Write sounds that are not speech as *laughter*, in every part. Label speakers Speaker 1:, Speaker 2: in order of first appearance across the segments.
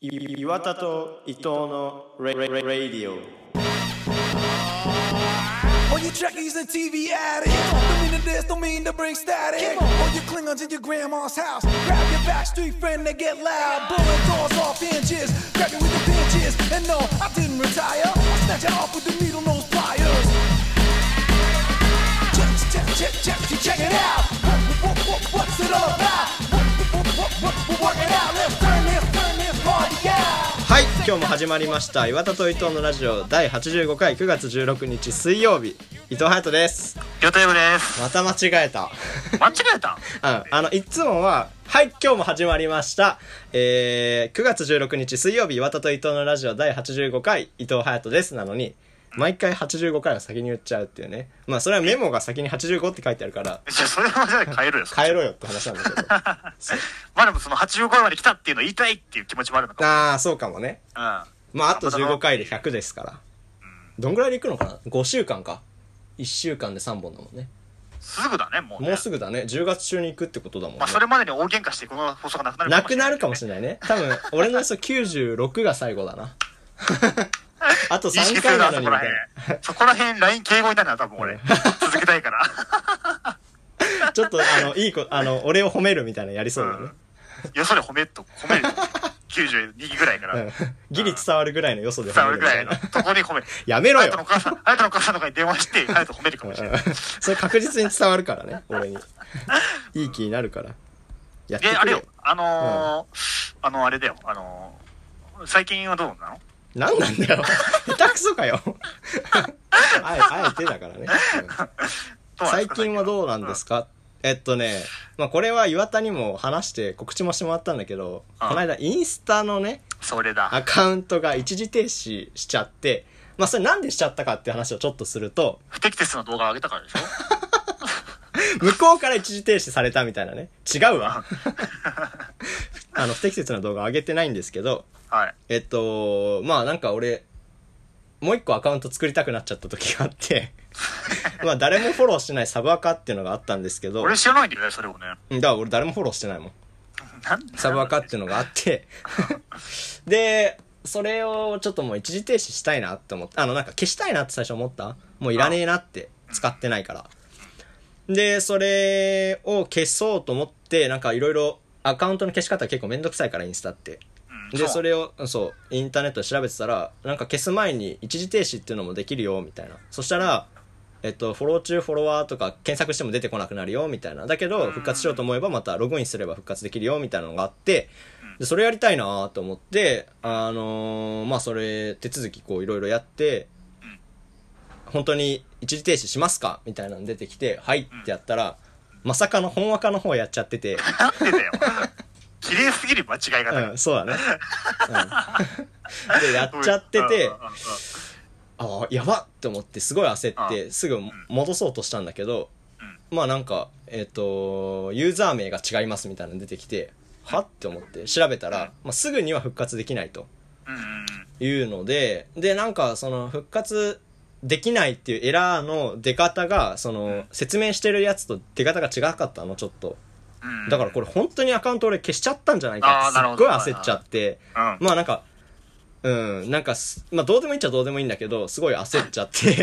Speaker 1: い岩田と伊藤のレレレレディオ
Speaker 2: All you trekkies and TV addicts Don't mean to this, don't mean to bring static All you Klingons in your grandma's house Grab your backstreet friend, they get loud Blowing doors off inches Grab you with the pinches And no, I didn't retire I snatch it off with the needle nose pliers Check, check, check, check, check, check it out what, what, what, What's it all about? What, what, what, what, we're working out Let's turn this, turn this party out
Speaker 1: はい今日も始まりました岩田と伊藤のラジオ第85回9月16日水曜日伊藤隼人です
Speaker 3: ヨタイ
Speaker 1: *laughs*
Speaker 3: ムです。
Speaker 1: また間違えた
Speaker 3: 間違えた
Speaker 1: うんあのいつもははい今日も始まりましたえー、9月16日水曜日岩田と伊藤のラジオ第85回伊藤隼人ですなのに毎回85回は先に言っちゃうっていうねまあそれはメモが先に85って書いてあるから
Speaker 3: じゃあ、それはじゃあ変えるよ。
Speaker 1: 変えろよって話なんだ *laughs* けど
Speaker 3: まあでもその85回まで来たっていうのを言いたいっていう気持ちもあるのか
Speaker 1: ああそうかもね
Speaker 3: も。
Speaker 1: まあ、あと15回で100ですから。どんぐらいでいくのかな ?5 週間か。1週間で3本だもんね。
Speaker 3: うん。すぐだね、もうね、
Speaker 1: もうすぐだね。10月中に行くってことだもんね
Speaker 3: まあ、。それまでに大喧嘩してこの放送がなくなる
Speaker 1: なくなるかもし
Speaker 3: れ
Speaker 1: れないね。多分、俺の予想96が最後だ *laughs* な。あと
Speaker 3: 意識
Speaker 1: 3
Speaker 3: する
Speaker 1: 回
Speaker 3: な、
Speaker 1: なの
Speaker 3: そ
Speaker 1: にみ
Speaker 3: こら
Speaker 1: たい
Speaker 3: 辺。そこら辺、LINE 敬語になるな、多分
Speaker 1: *laughs*
Speaker 3: 俺。続けたいから。
Speaker 1: な。ちょっと、あの、いいこ、あの、俺を褒めるみたいなのやりそうだね。
Speaker 3: よそで褒めっと、褒める。92ぐらいから。
Speaker 1: うん。ギリ伝わるぐらいのよそで
Speaker 3: 伝
Speaker 1: 褒
Speaker 3: わ
Speaker 1: め
Speaker 3: る
Speaker 1: る
Speaker 3: ぐ
Speaker 1: みた
Speaker 3: らい
Speaker 1: *laughs* い
Speaker 3: の
Speaker 1: な。
Speaker 3: とこに褒める。
Speaker 1: やめろ
Speaker 3: あなたの
Speaker 1: よ
Speaker 3: お母さん、あなたのお母さんとかに電話して、あなた褒めるかもしれない。
Speaker 1: それ確実に伝わるからね、俺に。いい気になるから。やって
Speaker 3: で、あ
Speaker 1: くれ
Speaker 3: れ
Speaker 1: よ
Speaker 3: よ。、あのー、あの、あれだよ、あのー、最近はどうなの
Speaker 1: なんなんだ *laughs* よ。下手くそかよ。あえあえてだからね。うん
Speaker 3: どうなんです
Speaker 1: *laughs* 最
Speaker 3: か
Speaker 1: 近はどうなんですか、えっとね、まあ、これは岩田にも話して告知もしてもらったんだけど、
Speaker 3: うん
Speaker 1: この間インスタのね、
Speaker 3: それだ。
Speaker 1: アカウントが一時停止しちゃって、まあ、それなんでしちゃったかって話をちょっとすると、
Speaker 3: 不適切な動画を上げた
Speaker 1: *laughs*
Speaker 3: からでしょ
Speaker 1: 向こうから一時停止されたみたいなね。違うわ。 *laughs* あの、不適切な動画上げてないんですけど、
Speaker 3: はい。
Speaker 1: えっと、まあなんか俺、もう一個アカウント作りたくなっちゃった時があって、まあ誰もフォローしてないサブアカっていうのがあったんですけど、
Speaker 3: 俺知らないんだよね、それをね。
Speaker 1: だから俺誰もフォローしてないもん。
Speaker 3: なん
Speaker 1: サブアカっていうのがあって、で、それをちょっともう一時停止したいなって思って、あのなんか消したいなって最初思ったもういらねえなって、使ってないから。で、それを消そうと思って、なんかいろいろアカウントの消し方結構めんどくさいからインスタって。
Speaker 3: うん
Speaker 1: で
Speaker 3: う
Speaker 1: それをそうインターネットで調べてたらなんか消す前に一時停止っていうのもできるよみたいなそしたら、えっと、フォロー中フォロワーとか検索しても出てこなくなるよみたいなだけど復活しようと思えばまたログインすれば復活できるよみたいなのがあってでそれやりたいなと思ってあのーまあそれ手続きこういろいろやって本当に一時停止しますかみたいなの出てきて「はい」ってやったらまさかの本若の方やっちゃってて。
Speaker 3: なんでだよ。 *laughs* 綺麗すぎる間違いがない。
Speaker 1: うん、そうだね。
Speaker 3: *laughs*
Speaker 1: うん、で、やっちゃってて
Speaker 3: うん、うんうん
Speaker 1: ああ、やばって思って、すごい焦って、すぐ戻そうとしたんだけど、まあなんか、えっ、と、ユーザー名が違いますみたいなの出てきて、はって思って調べたら、まあ、すぐには復活できないと
Speaker 3: うんうん
Speaker 1: いうので、で、なんかその復活できないっていうエラーの出方が、その説明してるやつと出方が違かったの、ちょっと。
Speaker 3: うんうん。
Speaker 1: だからこれ本当にアカウント俺消しちゃったんじゃないか
Speaker 3: あ
Speaker 1: って、
Speaker 3: ー
Speaker 1: す
Speaker 3: なる
Speaker 1: っ
Speaker 3: ほ
Speaker 1: ご
Speaker 3: ど
Speaker 1: い焦っちゃって、
Speaker 3: うん。
Speaker 1: まあなんか、うん、なんかす、まあどうでもいいっちゃどうでもいいんだけど、すごい焦っちゃ
Speaker 3: *laughs*
Speaker 1: って。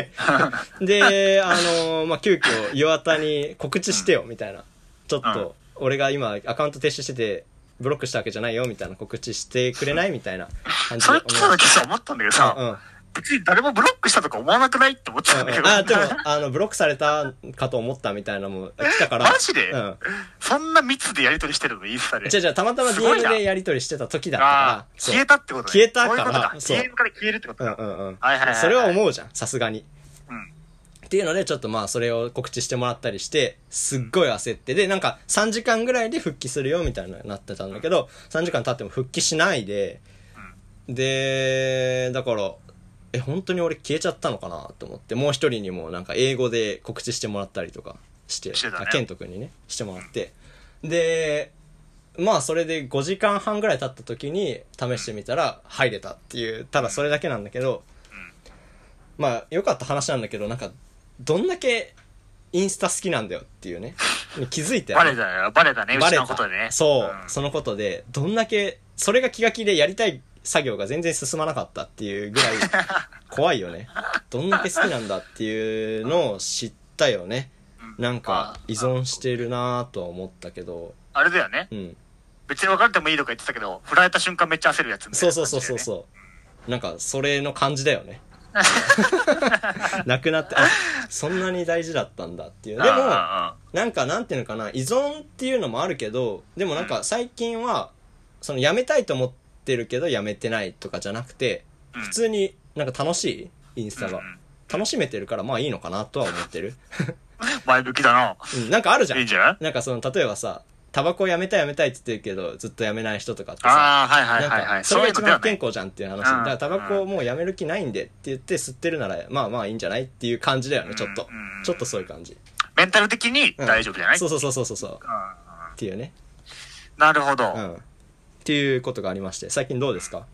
Speaker 1: で、あのーまあ急遽、岩田に告知してよ、みたいな。ちょっと、俺が今アカウント停止してて、ブロックしたわけじゃないよ、みたいな告知してくれないみたいな感じで
Speaker 3: そ
Speaker 1: お
Speaker 3: れ
Speaker 1: 願
Speaker 3: 来
Speaker 1: いした
Speaker 3: 時さ、思ったんだけどさ、
Speaker 1: た。うん。
Speaker 3: 別に誰もブロックしたとか思わなくないって思ってたんだ *laughs* けど。
Speaker 1: あ、でも、あの、ブロックされたかと思ったみたいなのも来たから。
Speaker 3: *laughs* マジで
Speaker 1: うん。
Speaker 3: そんな密でやりとりしてるの、インスタで。
Speaker 1: じゃじゃたまたます
Speaker 3: ごい
Speaker 1: DM
Speaker 3: な
Speaker 1: でやり取りしてた時だったから
Speaker 3: ああ、。
Speaker 1: そう
Speaker 3: 消えたってことね。
Speaker 1: 消えたから
Speaker 3: そういう
Speaker 1: そう
Speaker 3: ことか。DM から消えるってこと
Speaker 1: うん
Speaker 3: か。
Speaker 1: うんうん。
Speaker 3: はいはいはいはい
Speaker 1: それは思うじゃん、さすがに。
Speaker 3: うん
Speaker 1: っていうので、ちょっとまあ、それを告知してもらったりして、すっごい焦って、で、なんか、3時間ぐらいで復帰するよ、みたいな、なってたんだけど、3時間経っても復帰しないで、で、だから、え、本当に俺消えちゃったのかなと思って、もう一人にもなんか英語で告知してもらったりとかして、
Speaker 3: してたね
Speaker 1: あケント君にね、してもらって。で、まあそれで5時間半ぐらい経った時に試してみたら入れたっていう、ただそれだけなんだけど、まあ良かった話なんだけど、なんか、どんだけインスタ好きなんだよっていうね、気づいたよ
Speaker 3: バ
Speaker 1: ね
Speaker 3: レたよ、バレたね、う
Speaker 1: バ
Speaker 3: ち
Speaker 1: レ
Speaker 3: のことでね。
Speaker 1: そう、
Speaker 3: ん
Speaker 1: そのことで、どんだけ、それが気が気でやりたい作業が全然進まなかったっていう
Speaker 3: *laughs*
Speaker 1: ぐらい怖いよねどんだけ好きなんだっていうのを知ったよねなんか依存してるなぁとは思ったけど
Speaker 3: あれだよね
Speaker 1: う。ん
Speaker 3: 別に別れてもいいとか言ってたけど、振られた瞬間めっちゃ焦るやつみたい
Speaker 1: そう
Speaker 3: な
Speaker 1: そ
Speaker 3: 感
Speaker 1: うそうそ
Speaker 3: じだよね、
Speaker 1: うそうなんかそれの感じだよ
Speaker 3: *laughs*
Speaker 1: ねなくなってあそんなに大事だったんだっていうでも
Speaker 3: あ
Speaker 1: なんかなんていうのかな依存っていうのもあるけどでもなんか最近はそのやめたいと思ってるけどやめてないとかじゃなくて
Speaker 3: うん
Speaker 1: 普通になんか楽しいインス
Speaker 3: ー
Speaker 1: タ
Speaker 3: うんう
Speaker 1: が
Speaker 3: ん
Speaker 1: 楽しめてるからまあいいのかなとは思ってる、
Speaker 3: 前向きだな。
Speaker 1: うん、なんかあるじゃ
Speaker 3: いいん
Speaker 1: ん
Speaker 3: じゃない
Speaker 1: なんかその例えばさタバコやめたいやめたいって言ってるけどずっとやめない人とかってさ
Speaker 3: ああ、はいはい
Speaker 1: なん
Speaker 3: はいは
Speaker 1: か
Speaker 3: い。
Speaker 1: そ
Speaker 3: そ
Speaker 1: れが
Speaker 3: ういうの
Speaker 1: 一
Speaker 3: で
Speaker 1: 番
Speaker 3: は
Speaker 1: 不
Speaker 3: な
Speaker 1: 健
Speaker 3: い。
Speaker 1: 康じゃんっていう話
Speaker 3: ん
Speaker 1: だからタバコをもうやめる気ないんでって言って吸ってるならまあまあいいんじゃないっていう感じだよねちょっと
Speaker 3: うん
Speaker 1: ちょっとそういう感じ、
Speaker 3: メンタル的に
Speaker 1: うん
Speaker 3: 大丈夫じゃない、
Speaker 1: そうそうそうそうそうそう
Speaker 3: うん
Speaker 1: っていうね
Speaker 3: なるほど、
Speaker 1: うん。っていうことがありまして、最近どうですか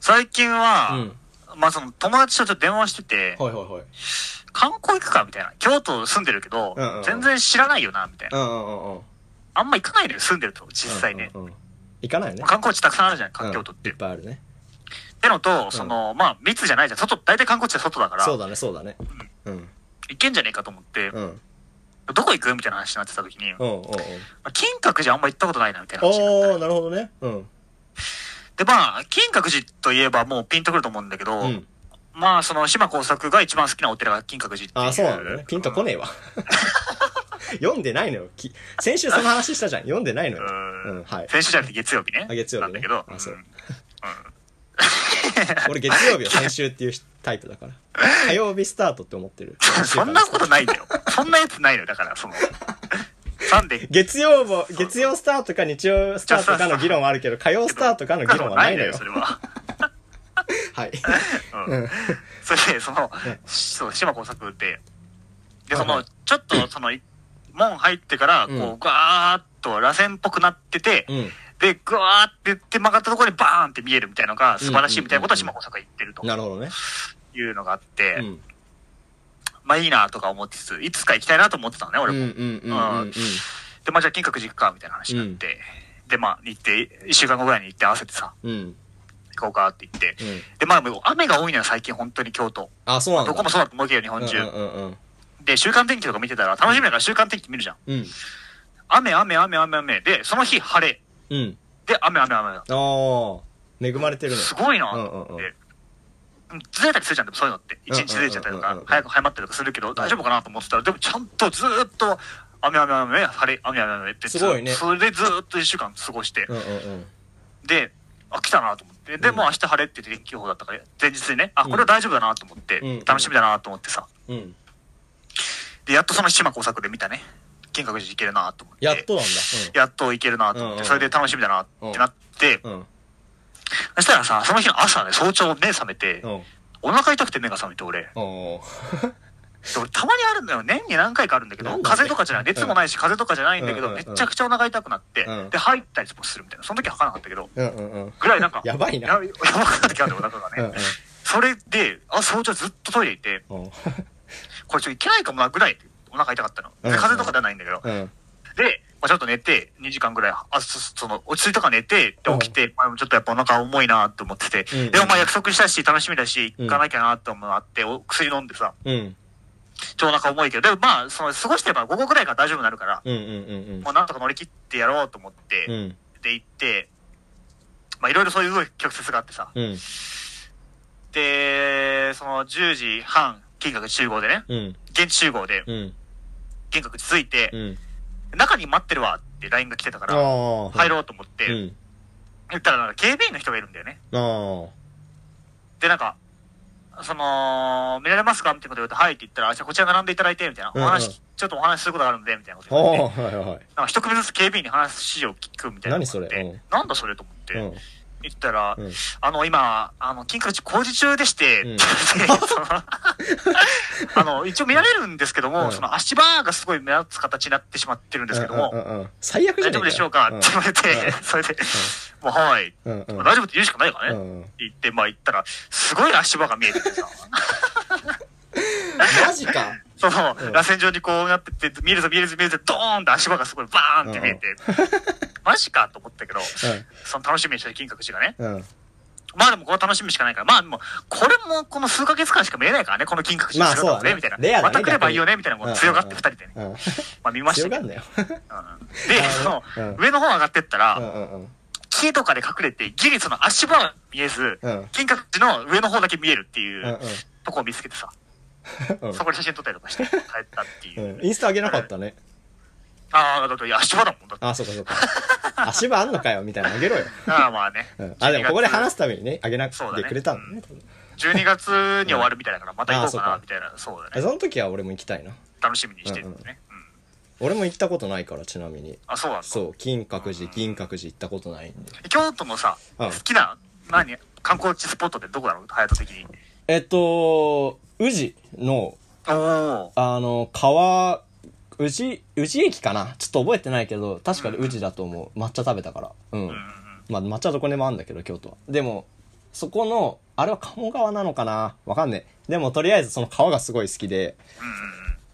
Speaker 3: 最近
Speaker 1: う
Speaker 3: は
Speaker 1: ん、。
Speaker 3: まあその友達とちょっと電話してて、
Speaker 1: はいはいはい。
Speaker 3: 観光行くかみたいな。京都住んでるけど、
Speaker 1: うんうんうん
Speaker 3: 全然知らないよな、みたいな。
Speaker 1: うんうんうんうん。
Speaker 3: あんま行かないで住んでると、実際ね。
Speaker 1: うんうんうん。行かないよね
Speaker 3: まあ。観光地たくさんあるじゃん、
Speaker 1: うん
Speaker 3: 京都って。
Speaker 1: いっぱいあるね。
Speaker 3: ってのと、その、まあ密じゃないじゃん。外、大体観光地は外だから、
Speaker 1: そう
Speaker 3: 行
Speaker 1: だね、そうだね。うん。
Speaker 3: けんじゃねえかと思って、
Speaker 1: うん。うん
Speaker 3: どこ行くみたいな話になってた時に、
Speaker 1: う
Speaker 3: ま
Speaker 1: んうん。
Speaker 3: あ金閣寺あんま行ったことないな、みたいな話になって
Speaker 1: おー、なるほどね。うん。
Speaker 3: で、まあ、金閣寺といえばもうピンとくると思うんだけど、
Speaker 1: うん。
Speaker 3: まあ、その、島耕作が一番好きなお寺が金閣寺っていう。
Speaker 1: あー、そうなんだね。ピンとこねえ
Speaker 3: *laughs*
Speaker 1: わ。読んでないのよ。き先週その話したじゃん。読んでないのよ。
Speaker 3: うん
Speaker 1: うん、はい。
Speaker 3: 先週じゃなくて月曜日ね。
Speaker 1: あ月曜日
Speaker 3: なんだ
Speaker 1: ね
Speaker 3: けど。。
Speaker 1: あ、そう
Speaker 3: う。ん
Speaker 1: 俺月曜日は先週っていうタイプだ
Speaker 3: *laughs*
Speaker 1: から。火曜日スタートって思ってる。
Speaker 3: そんなことないんだよ。そんなやつないのよ。だから、その、サンデー、
Speaker 1: 月曜も、月曜スタートか日曜スタートかの議論はあるけど、火曜スタートかの議論はないのよ
Speaker 3: そ。れは。
Speaker 1: はい。
Speaker 3: うん。それで、その、そう、島耕作で、で、そ
Speaker 1: はいは
Speaker 3: の
Speaker 1: い、
Speaker 3: ちょっと、その、門入ってから、こ
Speaker 1: うん
Speaker 3: う、ガーっと螺旋っぽくなってて、 *laughs*
Speaker 1: うん。
Speaker 3: で、ぐわーって言って曲がったところにバーンって見えるみたいなのが素晴らしいみたいなことは島耕作が言ってると
Speaker 1: なるほどね。
Speaker 3: いうのがあって、
Speaker 1: うん。
Speaker 3: まあいいなとか思ってつつ、いつか行きたいなと思ってたのね、
Speaker 1: うん
Speaker 3: 俺
Speaker 1: うん
Speaker 3: も。
Speaker 1: うんうんうん。
Speaker 3: で、まあじゃあ金閣寺行くか、みたいな話になって、で、まあ行って、一週間後ぐらいに行って合わせてさ、
Speaker 1: うん。うん。
Speaker 3: 行こうかって言って、で、まあもう雨が多いのよ、最近本当に京都。
Speaker 1: あ、そうなんだ。
Speaker 3: どこもそうだと思うけど、日
Speaker 1: うん
Speaker 3: 本
Speaker 1: う
Speaker 3: 中。
Speaker 1: んうん
Speaker 3: で、週間天気とか見てたら、楽しみだから週間天気見るじゃん。
Speaker 1: うん。
Speaker 3: 雨、雨、雨、雨、雨。で、その日晴れ。
Speaker 1: うん。
Speaker 3: で、雨、雨、雨だ。
Speaker 1: あー、恵まれてるね。
Speaker 3: すごいな
Speaker 1: うんう
Speaker 3: と
Speaker 1: んうん
Speaker 3: 思って。うんずれたりするじゃん、でもそういうのって。一日ずれちゃったりと
Speaker 1: うんうんうんう
Speaker 3: か
Speaker 1: ん、
Speaker 3: 早く早まったりとかするけど、大丈夫かなと思ってたら、でもちゃんとずーっと、雨、雨、雨、晴れ、雨、雨、雨ってず、
Speaker 1: すごいね
Speaker 3: それでずーっと一週間過ごして
Speaker 1: う、んうん
Speaker 3: で、あ、来たなと思って。で、
Speaker 1: うん
Speaker 3: もう明日晴れって言って天気予報だったから、前日にね、あ、これは大丈夫だなと思って、
Speaker 1: うん
Speaker 3: 楽しみだなと思ってさ。
Speaker 1: うん。うん。
Speaker 3: で、やっとその島耕作で見たね。金閣寺行けるなと思って。
Speaker 1: やっとなんだ。
Speaker 3: やっと行けるなと思っ
Speaker 1: うんうん
Speaker 3: て、それで楽しみだなってなって、
Speaker 1: うん。うん。
Speaker 3: そしたらさ、その日の朝ね、早朝目覚めて
Speaker 1: う、ん。
Speaker 3: お腹痛くて目が覚めて俺、
Speaker 1: おー。
Speaker 3: で俺たまにあるんだよ。年に何回かあるんだけど、
Speaker 1: なんだ
Speaker 3: 風邪とかじゃない、熱もないし、風邪とかじゃないんだけ
Speaker 1: う
Speaker 3: ど、
Speaker 1: んうん
Speaker 3: め
Speaker 1: うん
Speaker 3: っちゃくちゃお腹痛くなって
Speaker 1: うん、
Speaker 3: で、入ったりもするみたいな。その時は吐かなかったけど、
Speaker 1: うんうんうん。、
Speaker 3: ぐらいなんか
Speaker 1: やばいな
Speaker 3: やばくなった時あるんだよ、お腹
Speaker 1: うん
Speaker 3: がね。それで、あ、早朝ずっとトイレいて、
Speaker 1: うん。
Speaker 3: これちょっといけないかもなぐらい、お腹痛かったの。
Speaker 1: う
Speaker 3: で
Speaker 1: んうん
Speaker 3: 風邪とかではないんだけど。
Speaker 1: うん。
Speaker 3: で、まあ、ちょっと寝て、2時間ぐらい、あ、そその、落ち着いたから寝て、で
Speaker 1: うん
Speaker 3: 起きて、まあ、ちょっとやっぱお腹重いなと思ってて、
Speaker 1: うん
Speaker 3: でもまあ約束したし、楽しみだし、行かなきゃなと思うのあって、お薬飲んでさ、
Speaker 1: うん。
Speaker 3: ちょっとお腹重いけど、でもまあ、その、過ごしてれば午後ぐらいから大丈夫になるから、
Speaker 1: うんうんうん
Speaker 3: もうなんとか乗り切ってやろうと思って、
Speaker 1: うん。うん。
Speaker 3: で行って、まあいろいろそういう曲折があってさ、
Speaker 1: うん。
Speaker 3: で、その10時半、金閣集合でね、
Speaker 1: うん。
Speaker 3: 現地集合で、
Speaker 1: うん。
Speaker 3: 金閣着いて、
Speaker 1: うん。
Speaker 3: 中に待ってるわって LINE が来てたか
Speaker 1: あ
Speaker 3: ら、
Speaker 1: ー。
Speaker 3: 入ろうと思って、
Speaker 1: うん。
Speaker 3: 言ったらなんか警備員の人がいるんだよね。
Speaker 1: あー。
Speaker 3: で、なんか、その、見られますかみたいなこと言うと、はいって言ったら、あじゃあこちら並んでいただいて、みたいな。
Speaker 1: うんうん
Speaker 3: お話、ちょっとお話しすることがあるんで、みたいなこと言われ
Speaker 1: お
Speaker 3: て
Speaker 1: ー。はいはいはい。
Speaker 3: なんか一組ずつ警備員に話を聞くみたいなのがあ
Speaker 1: 何
Speaker 3: って。
Speaker 1: それうん
Speaker 3: なんだそれと思って。
Speaker 1: うん。
Speaker 3: 言ったら、
Speaker 1: うん
Speaker 3: あの、今、あの、金閣寺工事中でして、
Speaker 1: うん
Speaker 3: で *laughs* そのあの、一応見られるんですけども、
Speaker 1: うん
Speaker 3: その足場がすごい目立つ形になってしまってるんですけども、
Speaker 1: うんうんうん、最悪じゃね
Speaker 3: 大丈
Speaker 1: え
Speaker 3: 夫でしょうか、って言われて、
Speaker 1: う
Speaker 3: *laughs* それで、もう、はい、
Speaker 1: うんうんうん
Speaker 3: まあ大丈夫って言うしかないからね。
Speaker 1: うんうん
Speaker 3: って言って、まあ行ったら、すごい足場が見えててさ、
Speaker 1: マジか
Speaker 3: その、
Speaker 1: うん
Speaker 3: 螺旋状にこうなってて、見るぞ見るぞ見るぞ、ドーンって足場がすごいバーン *laughs* って見えて、マジかと思ったけど、その楽しみにしてた金閣寺がね、
Speaker 1: うんうん
Speaker 3: まあでもこれは楽しみしかないから、まあでも、これもこの数ヶ月間しか見れないからね、この金閣寺の
Speaker 1: まあそうだ
Speaker 3: 姿を
Speaker 1: ね
Speaker 3: ね、みたいな。
Speaker 1: レアだ
Speaker 3: ま
Speaker 1: ね
Speaker 3: た来ればいいよね、
Speaker 1: 逆に
Speaker 3: みたいな、もう強がって二人でね。
Speaker 1: うん
Speaker 3: まあ見まし
Speaker 1: 強
Speaker 3: たけ
Speaker 1: が
Speaker 3: ど。
Speaker 1: んだよ
Speaker 3: うんで、その
Speaker 1: うん、
Speaker 3: 上の方上がってったら、
Speaker 1: うんうんうん
Speaker 3: 木とかで隠れて、ギリその足場は見えず、
Speaker 1: うん
Speaker 3: 金閣寺の上の方だけ見えるっていう、
Speaker 1: うんうん
Speaker 3: とこを見つけてさ、
Speaker 1: うん
Speaker 3: そこで写真撮ったりとかして帰ったっていうう。
Speaker 1: んインスタ上げなかったね
Speaker 3: ああ、だって足場だもんだって。
Speaker 1: あそうかそう
Speaker 3: *laughs*
Speaker 1: か足場あんのかよみたいなのあげろよ、
Speaker 3: ああまあね
Speaker 1: うん。あでもここで話す
Speaker 3: す。
Speaker 1: ためにねあげなく
Speaker 3: そうだ
Speaker 1: て
Speaker 3: ね
Speaker 1: くれたのね多分
Speaker 3: 12月に終わるみたいだから、また行こうか
Speaker 1: ああそ
Speaker 3: な、
Speaker 1: うか
Speaker 3: みたいな。そうだ
Speaker 1: え
Speaker 3: ね。
Speaker 1: その時は俺も行きたいな
Speaker 3: 楽しみにしてるんだね。うん。
Speaker 1: 俺も行ったことないからちなみに
Speaker 3: あ、そうなんだ。
Speaker 1: そう金閣寺銀閣寺行ったことないんで
Speaker 3: 京都のさ、
Speaker 1: うん
Speaker 3: 好きな、何観光地スポットってどこだろう隼人的に。
Speaker 1: えっと宇治の
Speaker 3: おお。
Speaker 1: あの川宇治宇治駅かなちょっと覚えてないけど確かに宇治だと思う抹茶食べたからうん、
Speaker 3: うんうん。
Speaker 1: まあ抹茶どこにでもあるんだけど京都はでもそこのあれは鴨川なのかなわかんねえでもとりあえずその川がすごい好きで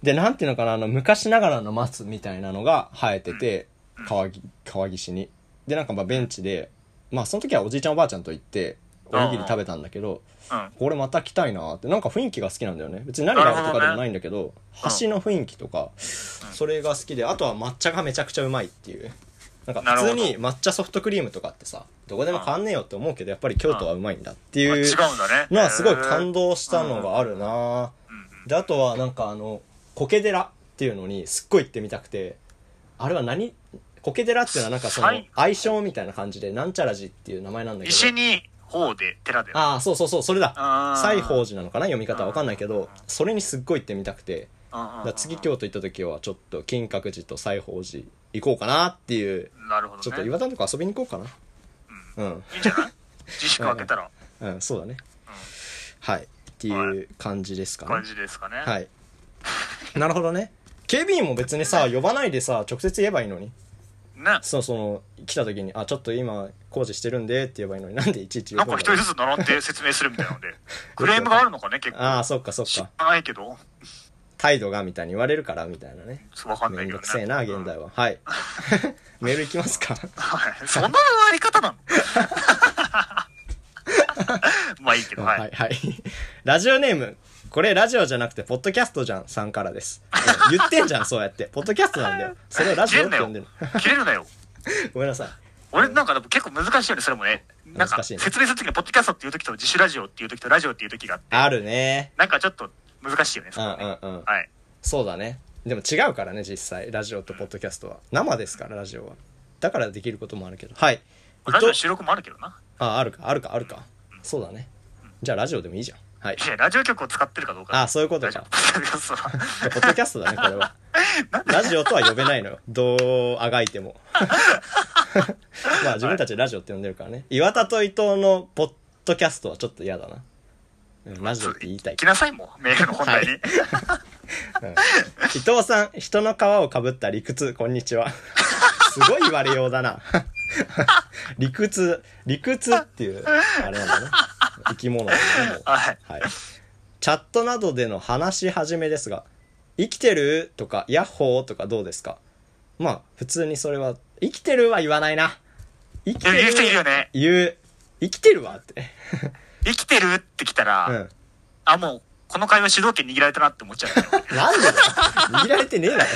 Speaker 1: でなんていうのかなあの昔ながらの松みたいなのが生えてて川ぎ川岸にでなんかまあベンチでまあその時はおじいちゃんおばあちゃんと行っておにぎり食べたんだけど
Speaker 3: うん。
Speaker 1: これまた来たいなってなんか雰囲気が好きなんだよね別に何があるとかでもないんだけど
Speaker 3: ほどね
Speaker 1: 橋の雰囲気とかそれが好きであとは抹茶がめちゃくちゃうまいっていうなんか
Speaker 3: なるほ
Speaker 1: 普
Speaker 3: ど
Speaker 1: 通に抹茶ソフトクリームとかってさどこでも変わんねえよって思うけどやっぱり京都はうまいんだって
Speaker 3: あ違う
Speaker 1: いうん
Speaker 3: だね。
Speaker 1: のはすごい感
Speaker 3: 動。
Speaker 1: 動したのがあるなであとはなんかあの苔寺っていうのにすっごい行ってみたくてあれは何苔寺っていうのはなんかその
Speaker 3: はい
Speaker 1: 愛称みたいな感じでなんちゃら寺っていう名前なんだけど
Speaker 3: 西に、方で、寺で。
Speaker 1: ああそうそうそうそれだ
Speaker 3: あー
Speaker 1: 西宝寺なのかな読み方わかんないけどそれにすっごい行ってみたくて
Speaker 3: うんうんうん
Speaker 1: だから次京都行った時はちょっと金閣寺と西宝寺行こうかなっていう
Speaker 3: なるほどね。
Speaker 1: ちょっと岩田のとこ遊びに行こうかなうん
Speaker 3: いいんじゃない自粛開けたら、
Speaker 1: うんそうだねはいっていう感じですか
Speaker 3: 感
Speaker 1: ね
Speaker 3: じですかね。
Speaker 1: はいなるほどね警備員も別にさ呼ばないでさ直接言えばいいのに
Speaker 3: ね。
Speaker 1: そうその来た時に「あちょっと今工事してるんで」って言えばいいのになんでいちいち
Speaker 3: な
Speaker 1: 呼
Speaker 3: んか
Speaker 1: ば
Speaker 3: 一人
Speaker 1: ない
Speaker 3: ずつ並んで説明するみたいな
Speaker 1: *laughs*
Speaker 3: ので、クレームがあるのかね、結構。
Speaker 1: ああそっかそっ
Speaker 3: 知
Speaker 1: から
Speaker 3: ないけど、
Speaker 1: 態度がみたいに言われるからみたいなね
Speaker 3: そうわかんな
Speaker 1: め
Speaker 3: い
Speaker 1: ん
Speaker 3: け
Speaker 1: ど
Speaker 3: ど
Speaker 1: く
Speaker 3: ね。
Speaker 1: せえな、現代は。
Speaker 3: *laughs*
Speaker 1: はい。メールいきますか。
Speaker 3: はいそんな終わり方なのまあいいけど、はい。
Speaker 1: はい、はい。ラジオネーム。これラジオじゃなくて、ポッドキャストじゃん、さんから
Speaker 3: *laughs*
Speaker 1: です。うん言ってんじゃん、そうやって。ポッドキャストなんだよ。それをラジ
Speaker 3: 切れ
Speaker 1: オっ
Speaker 3: る
Speaker 1: て
Speaker 3: な
Speaker 1: 呼
Speaker 3: よ
Speaker 1: んでる。。
Speaker 3: 切れるなよ。
Speaker 1: ごめんなさい。
Speaker 3: 俺なんかでも結構難しいよね、それもね。なんか
Speaker 1: 難しいね
Speaker 3: 説明するときに、ポッドキャストっていうときと自主ラジオっていうときとラジオっていうときがあって、
Speaker 1: あるね。
Speaker 3: なんかちょっと難しいよね、そ
Speaker 1: うん
Speaker 3: こ
Speaker 1: う
Speaker 3: はね
Speaker 1: んうん。
Speaker 3: はい。
Speaker 1: そうだね。でも違うからね、実際。ラジオとポッドキャストは。生ですから、ラジオは。だからできることもあるけど。はい。
Speaker 3: ラジオの収録もあるけどな。
Speaker 1: あ、あるか、あるか、あるか。そうだね。じゃあラジオでもいいじゃん。はい
Speaker 3: い。や、ラジオ局を使ってるかどうか。
Speaker 1: あ、そういうこと
Speaker 3: ラジオ
Speaker 1: か
Speaker 3: ポ。ッドキャストは。
Speaker 1: いやポッドキャストだね、これ *laughs* は。ラジオとは呼べないのよ。どうあがいても。 *laughs* まあ自分たちでラジオって呼んでるからね。岩田と伊藤のポッドキャストはちょっと嫌だな。うんラジオって言いたい
Speaker 3: 行。きなさいもう、メールの本題に。
Speaker 1: は伊藤さん、人の皮をかぶった理屈、こんにち *laughs* は。すごい言われようだ *laughs* な。理屈、理屈っていう、あれなんだね。生き物だね。もう
Speaker 3: はい。
Speaker 1: はい。チャットなどでの話し始めですが、生きてるとか、ヤッホーとかどうですかまあ、普通にそれは、生きてるは言わないな。生き
Speaker 3: でも言う人いるよね。
Speaker 1: 言う。生きてるわって。
Speaker 3: 生きてるって来たら、
Speaker 1: うん。
Speaker 3: あ、もう、この会話主導権握られたなって思っちゃう、ね。
Speaker 1: なんでだよ。握られてねえだ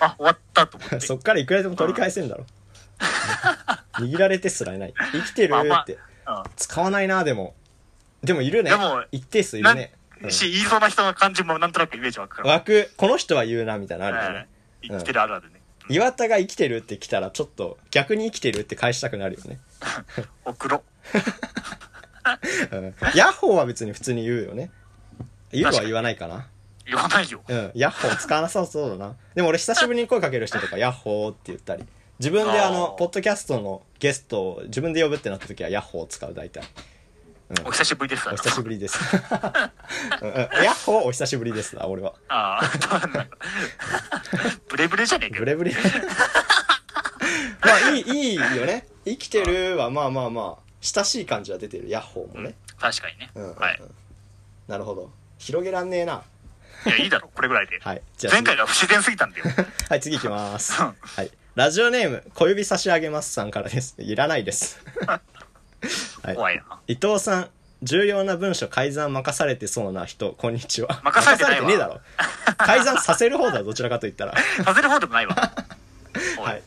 Speaker 3: あ、終わったと思って
Speaker 1: ろ。。そっからいくらでも取り返せんだろ。握られてすらいない。生きてる
Speaker 3: まあま
Speaker 1: って。
Speaker 3: あ、
Speaker 1: 使わないな、でも。でもいるね
Speaker 3: でも。
Speaker 1: 一定数
Speaker 3: う
Speaker 1: い
Speaker 3: ん。
Speaker 1: る
Speaker 3: なん
Speaker 1: ね。うん
Speaker 3: し、言いそうな人の感じもなんとなくイメージわかる。
Speaker 1: 枠、この人は言うな、みたいなのあるよね。
Speaker 3: うん生きてるあるあるね。
Speaker 1: 岩田が生きてるって来たらちょっと逆に生きてるって返したくなるよね、
Speaker 3: 送ろ
Speaker 1: うん、ヤッホーは別に普通に言うよね言うは言わないかな
Speaker 3: う。言わないよ。
Speaker 1: うんヤッホー使わなさそうだなでも俺久しぶりに声かける人とかヤッホーって言ったり自分であの
Speaker 3: あー
Speaker 1: ポッドキャストのゲストを自分で呼ぶってなった時はヤッホーを使う大体
Speaker 3: お久しぶりです。
Speaker 1: お久しぶりですうんうんヤッホーお久しぶりですだ俺は
Speaker 3: あ *laughs* あ、どうなんだ。ブレブレじゃねえか
Speaker 1: ブ
Speaker 3: よ。
Speaker 1: レブレまあいいいいよね生きてるはまあまあまあ親しい感じは出てるヤッホーもね、
Speaker 3: 確かにね。
Speaker 1: うんうんうん
Speaker 3: はい。
Speaker 1: なるほど広げらんねえない
Speaker 3: や、いいだろ、これぐらいで。
Speaker 1: はいじゃあ
Speaker 3: 前回が不自然すぎたんだよ。
Speaker 1: はい次いきます
Speaker 3: うん *laughs*
Speaker 1: はいラジオネーム小指差し上げますさんからですいらないですはい
Speaker 3: 怖いな。
Speaker 1: 伊藤さん重要な文書改ざん任されてそうな人こんにちは
Speaker 3: 任されてないわ
Speaker 1: 任さねえだろ改ざんさせる方だどちらかと言
Speaker 3: *laughs*
Speaker 1: ったら
Speaker 3: させる方でもないわ。お
Speaker 1: はい。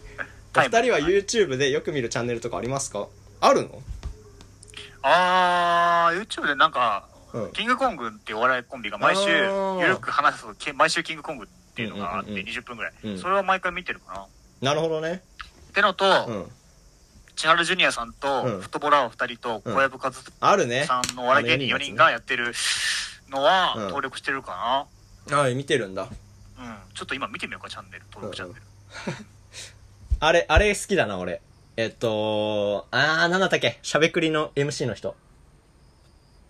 Speaker 1: お二人は YouTube でよく見るチャンネルとかありますかあるの
Speaker 3: あー、YouTube でなんか、
Speaker 1: うん
Speaker 3: キングコングっていうお笑いコンビが毎週
Speaker 1: あ、ー
Speaker 3: ゆるく話す、け毎週キングコングっていうのがあって、
Speaker 1: うんうんうん
Speaker 3: 20分ぐらい、
Speaker 1: うん
Speaker 3: それは毎回見てるかな。っ
Speaker 1: なるほどね
Speaker 3: てのと、
Speaker 1: うん
Speaker 3: 千春ジュニアさんと、
Speaker 1: うん
Speaker 3: フットボラー2人と、小籔和人
Speaker 1: あるね
Speaker 3: さんのお笑い芸人4人がやってるのは、
Speaker 1: うん
Speaker 3: 登録してるか
Speaker 1: はい見てるんだ
Speaker 3: な。うん。ちょっと今見てみようか、チャンネル、登録チャンネル。
Speaker 1: あれあれ好きだな俺えっとあーなんだったっけしゃべくりの MC の人